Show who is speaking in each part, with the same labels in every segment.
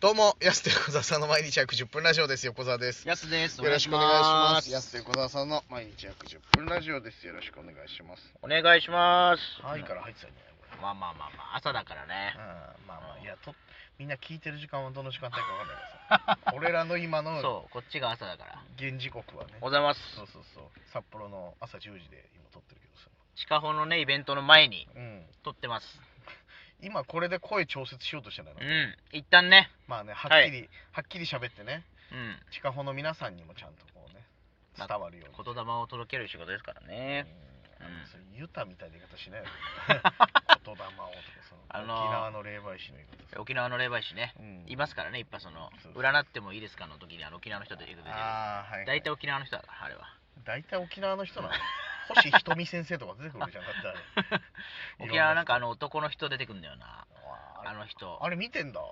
Speaker 1: どうも、安手横澤さんの毎日約10分ラジオです。横澤です。
Speaker 2: やすです。
Speaker 1: よろしくお願いします。安
Speaker 2: 安
Speaker 1: 手
Speaker 2: です
Speaker 1: 横澤さんの毎日約10分ラジオです。よろしくお願いします。
Speaker 2: お願いします。
Speaker 1: はいから入ってたんじゃないこれ。
Speaker 2: まあまあまあまあ、朝だからね。
Speaker 1: うん、まあまあ、いや、と、みんな聞いてる時間はどの時間帯かわかんない からさ。俺らの今の
Speaker 2: そう、こっちが朝だから。
Speaker 1: 現時刻はね。
Speaker 2: おはようございます。
Speaker 1: そうそうそう。札幌の朝10時で今撮ってるけどさ。
Speaker 2: 近保のね、イベントの前に
Speaker 1: うん。
Speaker 2: 撮ってます。
Speaker 1: 今これで声調節しようとしてないの
Speaker 2: う。ん。一旦ね。
Speaker 1: まあね、はっきり、はっきり喋ってね。
Speaker 2: うん。
Speaker 1: 地下歩の皆さんにもちゃんとこうね、伝わるように。
Speaker 2: 言霊を届ける仕事ですからね。
Speaker 1: うん
Speaker 2: うん
Speaker 1: それユタみたいな言い方 しないよ、ね、言霊をとかその、
Speaker 2: あのー
Speaker 1: 沖縄の霊媒師の言い方
Speaker 2: 沖縄の霊媒師ね。
Speaker 1: うん
Speaker 2: いますからね、いっぱいその
Speaker 1: そう、そう
Speaker 2: 占ってもいいですかの時にあの沖縄の人で出てくる。
Speaker 1: ああはい
Speaker 2: 大体沖縄の人だから、あれは。
Speaker 1: 大体沖縄の人な の星ひとみ先生とか出てくるじゃんだってあれ
Speaker 2: 沖縄なんかあ
Speaker 1: の
Speaker 2: の男の人出てくるんだよな。あの人。
Speaker 1: あれ見てんだ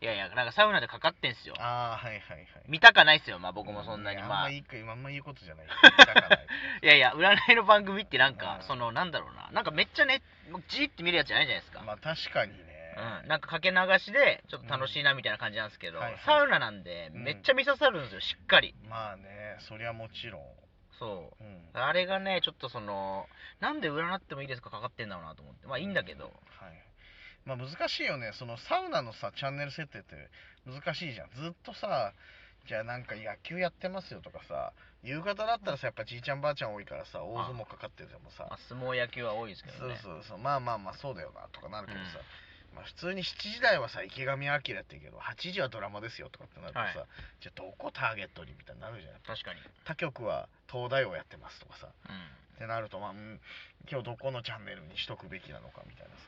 Speaker 2: いやいや、なんかサウナでかかってんすよ。
Speaker 1: ああはいはいはい
Speaker 2: 見たかないっすよ、まあ僕もそんなに。
Speaker 1: う
Speaker 2: ま
Speaker 1: あ
Speaker 2: あ
Speaker 1: んま、いいくあんまいいことじゃないよ見たかない
Speaker 2: いやいや、占いの番組ってなん
Speaker 1: う、
Speaker 2: か
Speaker 1: ん
Speaker 2: その、なんだろうな、なんかめっちゃね、もうじーって見るやつじゃないじゃない ですか。
Speaker 1: まあ確かにね、
Speaker 2: うん、なんかかけ流しで、ちょっと楽しいなみたいな感じなんですけど、
Speaker 1: うんはいはい
Speaker 2: サウナなんで、
Speaker 1: うん
Speaker 2: めっちゃ見刺さるんですよ、しっかり。
Speaker 1: まあねそりゃもちろん、
Speaker 2: そ
Speaker 1: うん
Speaker 2: う。あれがね、ちょっとその、なんで占ってもいいですかかかってんだろうなと思って。まあいいんだけ
Speaker 1: う
Speaker 2: ど。
Speaker 1: はいまあ難しいよねそのサウナのさチャンネル設定って難しいじゃんずっとさじゃあなんか野球やってますよとかさ夕方だったらさやっぱじいちゃんばあちゃん多いからさ大相撲かかっててもさ
Speaker 2: まあ、相撲野球は多いですけ
Speaker 1: そ
Speaker 2: ど
Speaker 1: う
Speaker 2: ね。
Speaker 1: そうそうまあまあまあそうだよなとかなるけどさ、まあ普通に7時台はさ池上彰って言うけど8時はドラマですよとかってなるとさ、
Speaker 2: はい
Speaker 1: じゃあどこターゲットにみたいになるじゃん
Speaker 2: 確かに。
Speaker 1: 他局は東大をやってますとかさ
Speaker 2: うん。
Speaker 1: ってなるとまあ、うん今日どこのチャンネルにしとくべきなのかみたいなさ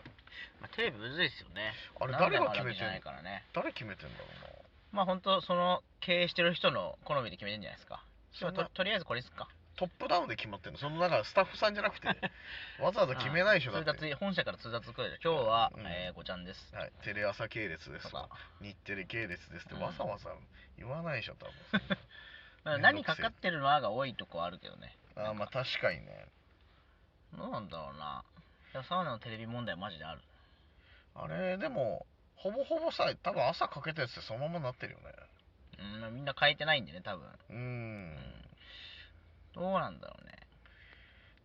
Speaker 2: まあテレビむずいですよね。
Speaker 1: あれ
Speaker 2: 何
Speaker 1: 誰
Speaker 2: で
Speaker 1: が
Speaker 2: もあ
Speaker 1: 決め
Speaker 2: るわ
Speaker 1: て
Speaker 2: けじ
Speaker 1: んの
Speaker 2: ゃないからね。
Speaker 1: 誰決めてんだろうな
Speaker 2: まあ本当その、経営してる人の好みで決めてんじゃないですか。
Speaker 1: そん
Speaker 2: と
Speaker 1: な
Speaker 2: とりあえずこれですか。
Speaker 1: トップダウンで決まってんのそのだからスタッフさんじゃ なくてわざわざ決めないでしょだ
Speaker 2: 通
Speaker 1: って、
Speaker 2: 達本社から通達来るで今日は、
Speaker 1: うん
Speaker 2: えー、ごちゃんです
Speaker 1: はい、テレ朝系列です
Speaker 2: と
Speaker 1: とか
Speaker 2: か
Speaker 1: 日テレ系列ですって
Speaker 2: うん
Speaker 1: わざわざ言わないでしょ多分
Speaker 2: まあ
Speaker 1: めんど
Speaker 2: 何
Speaker 1: くせえ
Speaker 2: かかってるのはが多いとこはあるけどね
Speaker 1: あーまあ確かにね
Speaker 2: どうなんだろうなでもサウナのテレビ問題マジである
Speaker 1: あれでもほぼほぼさ多分朝かけたやつってそのままなってるよね
Speaker 2: うんまあみんな変えてないんでね多分
Speaker 1: うーん
Speaker 2: どうなんだろうね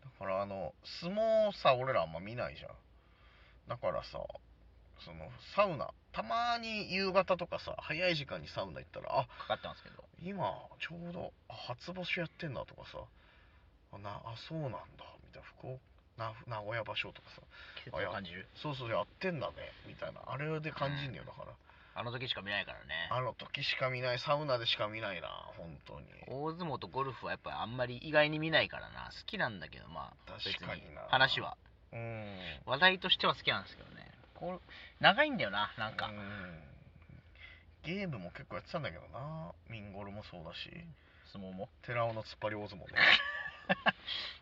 Speaker 1: だからあの相撲さ俺らあんま見ないじゃんだからさそのサウナたまに夕方とかさ早い時間にサウナ行ったらあ
Speaker 2: かかってますけど
Speaker 1: 今ちょうどあ初場所やってんだとかさあなあそうなんだみたいな福岡な名古屋場所とかさ
Speaker 2: 季節を感じる
Speaker 1: そうそうやってんだねみたいなあれで感じんねよだから、
Speaker 2: あの時しか見ないからね
Speaker 1: あの時しか見ないサウナでしか見ないな本当に
Speaker 2: 大相撲とゴルフはやっぱりあんまり意外に見ないからな好きなんだけどまあ別
Speaker 1: 確かにな
Speaker 2: 話は
Speaker 1: うん
Speaker 2: 話題としては好きなんですけどねこう長いんだよななんか、
Speaker 1: うんゲームも結構やってたんだけどなミンゴルもそうだし
Speaker 2: 相撲も、
Speaker 1: 寺尾の突っ張り大 相撲も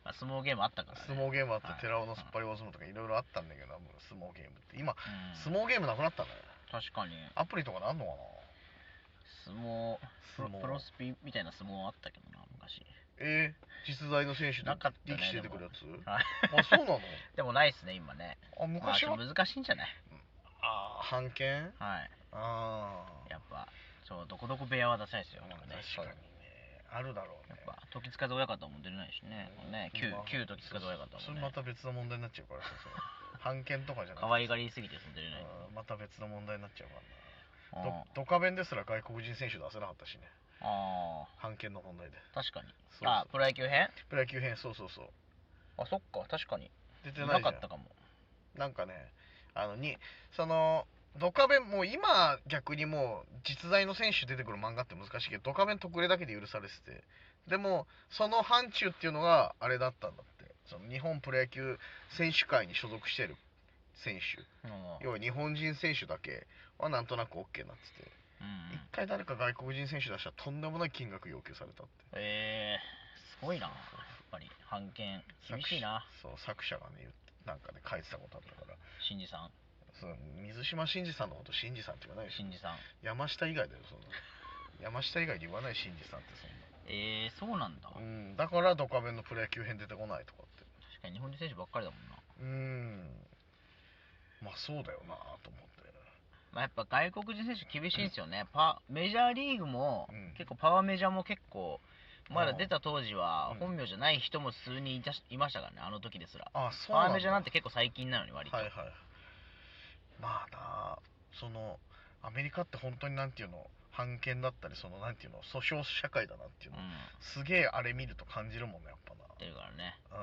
Speaker 2: まあ、相撲ゲームあったからね
Speaker 1: 相撲ゲームあって
Speaker 2: はい
Speaker 1: 寺尾の突っ張り大相撲とかいろいろあったんだけどなもう相撲ゲームって今
Speaker 2: うん
Speaker 1: 相撲ゲームなくなったんだよ
Speaker 2: 確かに
Speaker 1: アプリとかなんのかな
Speaker 2: 相撲プロ
Speaker 1: 相撲
Speaker 2: プロスピみたいな相撲あったけどな昔
Speaker 1: えー、実在の選手で
Speaker 2: なかったね
Speaker 1: 力士出てくるやつ、
Speaker 2: はい
Speaker 1: あそうな の
Speaker 2: でもないっすね今ね
Speaker 1: あ
Speaker 2: まあ
Speaker 1: 昔
Speaker 2: ちょ
Speaker 1: は
Speaker 2: っ、と難しいんじゃない
Speaker 1: あー、判券
Speaker 2: はい
Speaker 1: ああ
Speaker 2: やっぱそうどこどこ部屋は出せないですよ、なんかね、
Speaker 1: 確かにねあるだろう
Speaker 2: やっ
Speaker 1: ね
Speaker 2: ぱ時津風親方も出れないしね
Speaker 1: うん
Speaker 2: ね旧
Speaker 1: まあ
Speaker 2: 旧時津風親方
Speaker 1: そ
Speaker 2: も
Speaker 1: れ
Speaker 2: ね
Speaker 1: また別の問題になっちゃうからさそれ判券とかじゃなくて
Speaker 2: 可愛がりすぎて出れない、
Speaker 1: うんまた別の問題になっちゃうから
Speaker 2: あ
Speaker 1: などドカベンですら外国人選手出せなかったしね
Speaker 2: あ
Speaker 1: 判券の問題で
Speaker 2: ー確かに
Speaker 1: そうそう
Speaker 2: あプロ野球編
Speaker 1: プロ野球編そうそうそう
Speaker 2: あそっか確かに
Speaker 1: 出て
Speaker 2: な
Speaker 1: ないじゃん
Speaker 2: かったかも
Speaker 1: なんかねあのにそのドカベンもう今逆にもう実在の選手出てくる漫画って難しいけどドカベン特例だけで許されててでもその範疇っていうのがあれだったんだってその日本プロ野球選手会に所属してる選手
Speaker 2: うん
Speaker 1: 要は日本人選手だけはなんとなく OK になってて
Speaker 2: うん
Speaker 1: 一回誰か外国人選手出したらとんでもない金額要求されたって
Speaker 2: えー、すごいなやっぱり判権厳しいな
Speaker 1: 作者そう作者がね言ってなんかね書いてたことあったから
Speaker 2: 新次さん
Speaker 1: そう水島新司さんのこと新司さんって言わないでしょ
Speaker 2: 新次さん
Speaker 1: 山下以外だよそんな山下以外で言わない新司さんってそ
Speaker 2: えー、そうなんだ、
Speaker 1: んなうんだからドカベンのプロ野球編出てこないとかって
Speaker 2: 確かに日本人選手ばっかりだもんな
Speaker 1: うーんまあそうだよなと思って
Speaker 2: まあ、やっぱ外国人選手厳しいんですよね、パメジャーリーグも、
Speaker 1: うん
Speaker 2: 結構パワーメジャーも結構まだ
Speaker 1: うん
Speaker 2: 出た当時は
Speaker 1: うん
Speaker 2: 本名じゃない人も数人いたしいましたからねあの時ですら
Speaker 1: あそう
Speaker 2: パワ
Speaker 1: な
Speaker 2: ー
Speaker 1: ん
Speaker 2: メジャ
Speaker 1: だ
Speaker 2: ーなんて結構最近なのに割と、
Speaker 1: はいはいまあなあそのアメリカって本当になんていうの判権だったりそのなんていうの訴訟社会だなっていう
Speaker 2: うん
Speaker 1: の、すげえあれ見ると感じるもんねやっぱ
Speaker 2: 出るからね
Speaker 1: な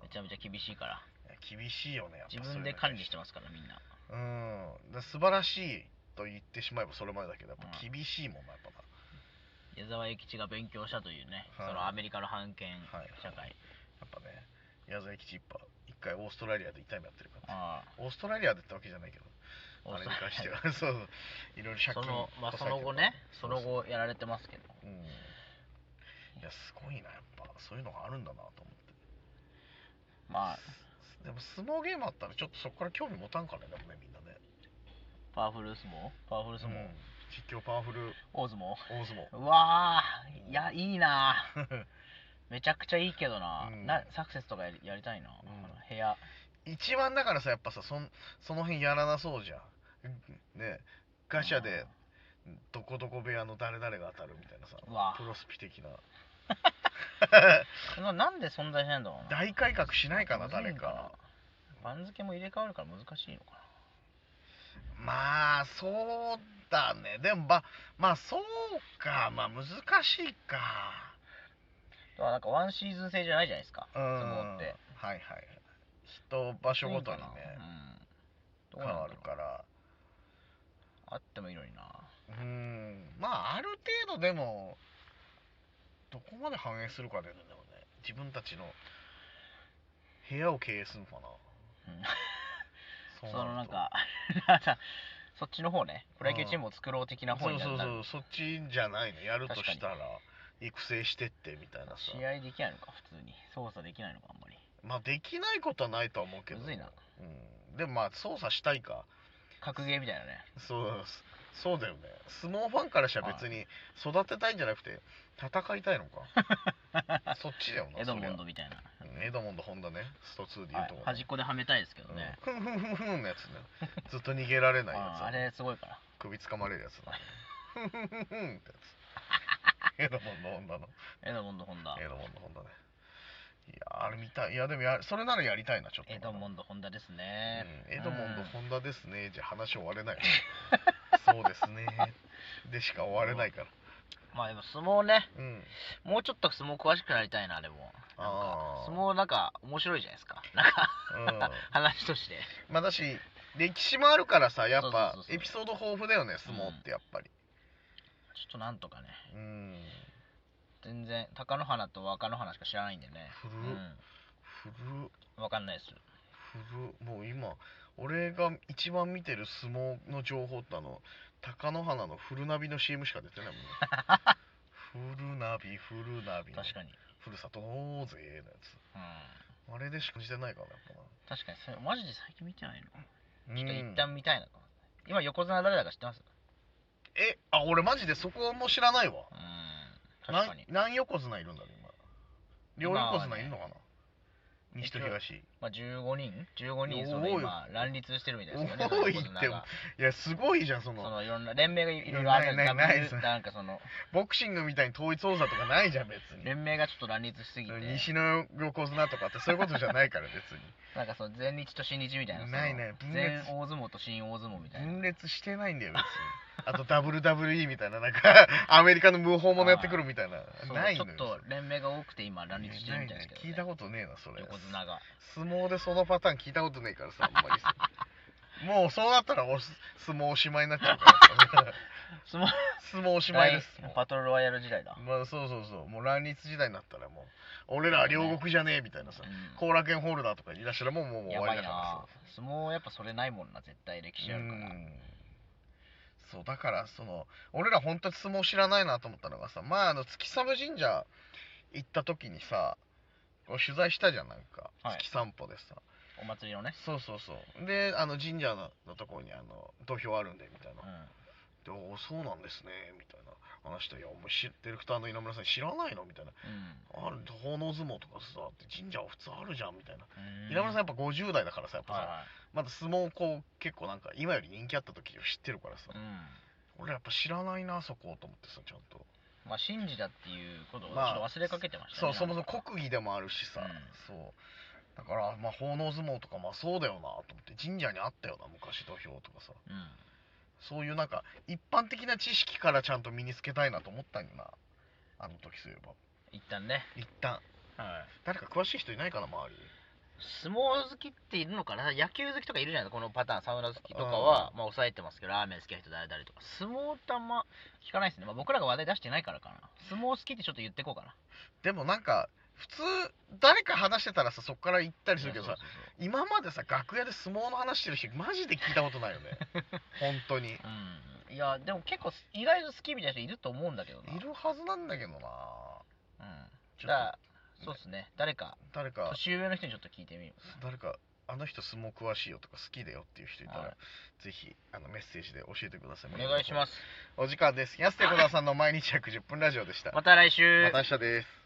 Speaker 1: う
Speaker 2: め
Speaker 1: ん
Speaker 2: ちゃめちゃ厳しいから
Speaker 1: 厳しいよねやっぱ
Speaker 2: 自分で管理してますからみんな
Speaker 1: そういうのねうんだ素晴らしいと言ってしまえばそれまでだけどやっぱ
Speaker 2: うん
Speaker 1: 厳しいもんなやっぱ
Speaker 2: 矢沢永吉が勉強したというね、
Speaker 1: はい
Speaker 2: そのアメリカの判権
Speaker 1: はい
Speaker 2: 社会、
Speaker 1: なやっぱね矢沢吉一派一回オーストラリアで痛い目やってるから
Speaker 2: あ
Speaker 1: オーストラリアでってわけじゃないけどあ
Speaker 2: あ
Speaker 1: れに関しては そうそういろいろ借
Speaker 2: そ
Speaker 1: 金
Speaker 2: の,、まあ、そ
Speaker 1: 抱え
Speaker 2: の
Speaker 1: てるか
Speaker 2: 後
Speaker 1: ら
Speaker 2: ね
Speaker 1: そ
Speaker 2: そう
Speaker 1: そう
Speaker 2: の後やられてますけど
Speaker 1: うんいやすごいなやっぱそういうのがあるんだなと思って
Speaker 2: まあ
Speaker 1: でも相撲ゲームあったらちょっとそこから興味持たんからねでもねみんなね
Speaker 2: パワフル相撲パワフル相撲、
Speaker 1: うん実況パワフル
Speaker 2: 大相撲
Speaker 1: 大相撲
Speaker 2: うわーいやいい なーめちゃくちゃいいけどな,、
Speaker 1: うん
Speaker 2: なサクセスとかやりやりたいな、
Speaker 1: うん
Speaker 2: この部屋
Speaker 1: 一番だからさやっぱさそんその辺やらなそうじゃんうんねガシャでどこどこ部屋の誰々が当たるみたいなさ
Speaker 2: うわ
Speaker 1: プロスピ的な
Speaker 2: ななんで存在しないんだろうな
Speaker 1: 大改革しないかな
Speaker 2: むずいん
Speaker 1: 誰か
Speaker 2: 番付も入れ替わるから難しいのかな
Speaker 1: まあそうだねでもままあそうかまあ難しいか
Speaker 2: だからなんかワンシーズン制じゃないじゃないですか
Speaker 1: うん
Speaker 2: 相撲って
Speaker 1: はいはい一場所ごとにね
Speaker 2: うん、
Speaker 1: 変
Speaker 2: どうなんだ
Speaker 1: わ
Speaker 2: ろ
Speaker 1: る
Speaker 2: う
Speaker 1: から
Speaker 2: あってもいいのにな
Speaker 1: うんまあある程度でもどこまで反映するかだよねでもね自分たちの部屋を経営するのかな
Speaker 2: うん
Speaker 1: そう
Speaker 2: そのな
Speaker 1: る
Speaker 2: ん
Speaker 1: と
Speaker 2: かなんかそっちの方ねプロ野球チームを作ろう的な方
Speaker 1: そう
Speaker 2: にな
Speaker 1: そう
Speaker 2: な
Speaker 1: そうそっちじゃないのやると
Speaker 2: 確かに
Speaker 1: したら育成してってみたいなさ
Speaker 2: 試合できないのか普通に操作できないのかあんまり
Speaker 1: まあできないことはないとは思うけど
Speaker 2: むずいな
Speaker 1: うん、でもまあ操作したいか
Speaker 2: 格ゲーみたいなね
Speaker 1: そうそうだよね相撲ファンからしたら別に育てたいんじゃなくて戦いたいのか そっちだよな
Speaker 2: エドモン
Speaker 1: そ
Speaker 2: ドみたいな、
Speaker 1: りゃうんエドモンドホンダねスト2で言
Speaker 2: は
Speaker 1: う
Speaker 2: い
Speaker 1: と、
Speaker 2: 端っこではめたいですけどね、
Speaker 1: うんふんふんふんふんのやつねずっと逃げられないや
Speaker 2: あ
Speaker 1: つ
Speaker 2: ーあれすごいから
Speaker 1: 首つかまれるやつだねふんふんふんふんってやつエドモンドホンダの
Speaker 2: エドモンド・ホンダ
Speaker 1: エドモンドホンダねいやあれ見たいいやでもやそれならやりたいなちょっと
Speaker 2: エドモンド・ホンダですね、
Speaker 1: うんエドモンド・
Speaker 2: うん
Speaker 1: ホンダですねじゃ話終われないよそうですねでしか終われないから
Speaker 2: まあでも相撲ね
Speaker 1: うん
Speaker 2: もうちょっと相撲詳しくなりたいなでもな
Speaker 1: あ
Speaker 2: んか
Speaker 1: ー
Speaker 2: 相撲なんか面白いじゃないですかなんか
Speaker 1: うん
Speaker 2: 話として
Speaker 1: まあだし歴史もあるからさやっ
Speaker 2: そ
Speaker 1: ぱ
Speaker 2: うそうそうそう
Speaker 1: エピソード豊富だよね相撲ってやっぱり
Speaker 2: ちょっとなんとかね
Speaker 1: うん
Speaker 2: 全然貴乃花と若乃花しか知らないんでね
Speaker 1: 古っ古っ
Speaker 2: うんわかんないです
Speaker 1: 古っもう今俺が一番見てる相撲の情報ってあの貴乃花のフルナビの CM しか出てないもんね フルナビフルナビの
Speaker 2: 確かに
Speaker 1: ふるさと納税のやつ
Speaker 2: うん
Speaker 1: あれでしかしてないからやっぱな
Speaker 2: 確かにそれマジで最近見てないの
Speaker 1: うん
Speaker 2: ちょっと一旦見たいなと思って今横綱誰だか知ってます
Speaker 1: えあ俺マジでそこも知らないわ
Speaker 2: うん確かに
Speaker 1: なん何横綱いるんだろう今両
Speaker 2: 今はね
Speaker 1: 横綱いるのかな、西と東い
Speaker 2: まあ15人15人その
Speaker 1: 多い
Speaker 2: 今乱立してるみたいですよね
Speaker 1: 多い
Speaker 2: 横
Speaker 1: って
Speaker 2: 綱が
Speaker 1: やすごいじゃんその
Speaker 2: そのいろんな連盟がいろいろある
Speaker 1: ないないない
Speaker 2: W なんかその
Speaker 1: ボクシングみたいに統一王座とかないじゃん別に
Speaker 2: 連盟がちょっと乱立しすぎて
Speaker 1: 西の横綱とかってそういうことじゃないから別に
Speaker 2: なんかその前日と新日みたいなその
Speaker 1: ないない分
Speaker 2: 前
Speaker 1: 裂
Speaker 2: 大相撲と新大相撲み たいな
Speaker 1: 分裂してないんだよ別にあと WWE みたいななん かアメリカの無法者やってくるみたいな
Speaker 2: そう
Speaker 1: ない
Speaker 2: ちょ
Speaker 1: の
Speaker 2: っ
Speaker 1: よ
Speaker 2: と連盟が多くて今乱立してるみたいですけど、
Speaker 1: 聞
Speaker 2: ね
Speaker 1: いたことねえなそれ
Speaker 2: 横綱が
Speaker 1: 相撲でそのパターン聞いたことねえからさあんまり さもうそうなったらおす相撲おしまいになっちゃうからさ
Speaker 2: 相撲
Speaker 1: 相撲おし まいですもう
Speaker 2: パトロワイヤル時代だ、
Speaker 1: まあそうそうそうもう乱立時代になったらもう俺らは両国じゃねえみたいなさ
Speaker 2: うん
Speaker 1: 後楽園ホルダーとか言い出したらもうもうもう終
Speaker 2: や
Speaker 1: わ
Speaker 2: ば
Speaker 1: り
Speaker 2: い
Speaker 1: だから
Speaker 2: な相撲やっぱそれないもんな絶対歴史
Speaker 1: さ
Speaker 2: あ
Speaker 1: う
Speaker 2: るから
Speaker 1: んそうだからその俺ら本当に相撲知らないなと思ったのがさ前あの月寒神社行った時にさこう取材したじゃんなんか、
Speaker 2: はい
Speaker 1: 月散歩でさ
Speaker 2: お祭りのね、
Speaker 1: そうそうそうであの神社のところにあの土俵あるんでみたいな
Speaker 2: うん、
Speaker 1: でおそうなんですねみたいなあの人「いやお前知ディレクターの稲村さん知らないの?」みたいな「ある奉納相撲とかさって神社は普通あるじゃん」みたいな
Speaker 2: うん
Speaker 1: 稲村さんや
Speaker 2: ん
Speaker 1: っぱ50代だからさやっぱさ、
Speaker 2: は
Speaker 1: まだ相撲こう結構なんか今より人気あった時を知ってるからさ
Speaker 2: いはいうん
Speaker 1: 俺やっぱ知らないなそこと思ってさちゃんと
Speaker 2: まあ神事だっていうことをちょ
Speaker 1: まあ
Speaker 2: っと忘れかけてました
Speaker 1: そ
Speaker 2: ね
Speaker 1: うそもそも
Speaker 2: なんか
Speaker 1: 国技でもあるしさ、
Speaker 2: うん
Speaker 1: そうだからまあ奉納相撲とかまあそうだよなと思って神社にあったよな昔土俵とかさ
Speaker 2: うん
Speaker 1: そういうなんか一般的な知識からちゃんと身につけたいなと思ったんよなあの時そういえば
Speaker 2: 一旦ね
Speaker 1: 一旦
Speaker 2: はい
Speaker 1: 誰か詳しい人いないかな周り
Speaker 2: 相撲好きっているのかな野球好きとかいるじゃないですかこのパターンサウナ好きとかはまあ抑えてますけどラーメン好きな人誰々とか相撲ってあんま聞かないですね、まあ、僕らが話題出してないからかな相撲好きってちょっと言ってこうかな
Speaker 1: でもなんか普通誰か話してたらさそっから行ったりするけど
Speaker 2: いや
Speaker 1: さ
Speaker 2: そうそう
Speaker 1: 今までさ楽屋で相撲の話してる人マジで聞いたことないよ ね本当に
Speaker 2: そううんいやでも結構意外と好きみたいな人いると思うんだけどない
Speaker 1: いるはずなんだけどな
Speaker 2: うん
Speaker 1: ち
Speaker 2: じ
Speaker 1: ょ
Speaker 2: ゃ
Speaker 1: っ
Speaker 2: あそうですね誰か
Speaker 1: と誰か
Speaker 2: 年上の人にちょっと聞いてみよう
Speaker 1: 誰かあの人相撲詳しいよとか好きだよっていう人いたら、
Speaker 2: はい
Speaker 1: ぜひあのメッセージで教えてください
Speaker 2: お願いします
Speaker 1: お時間です安手小田さんの毎日約10分ラジオでした
Speaker 2: また来週
Speaker 1: また明日です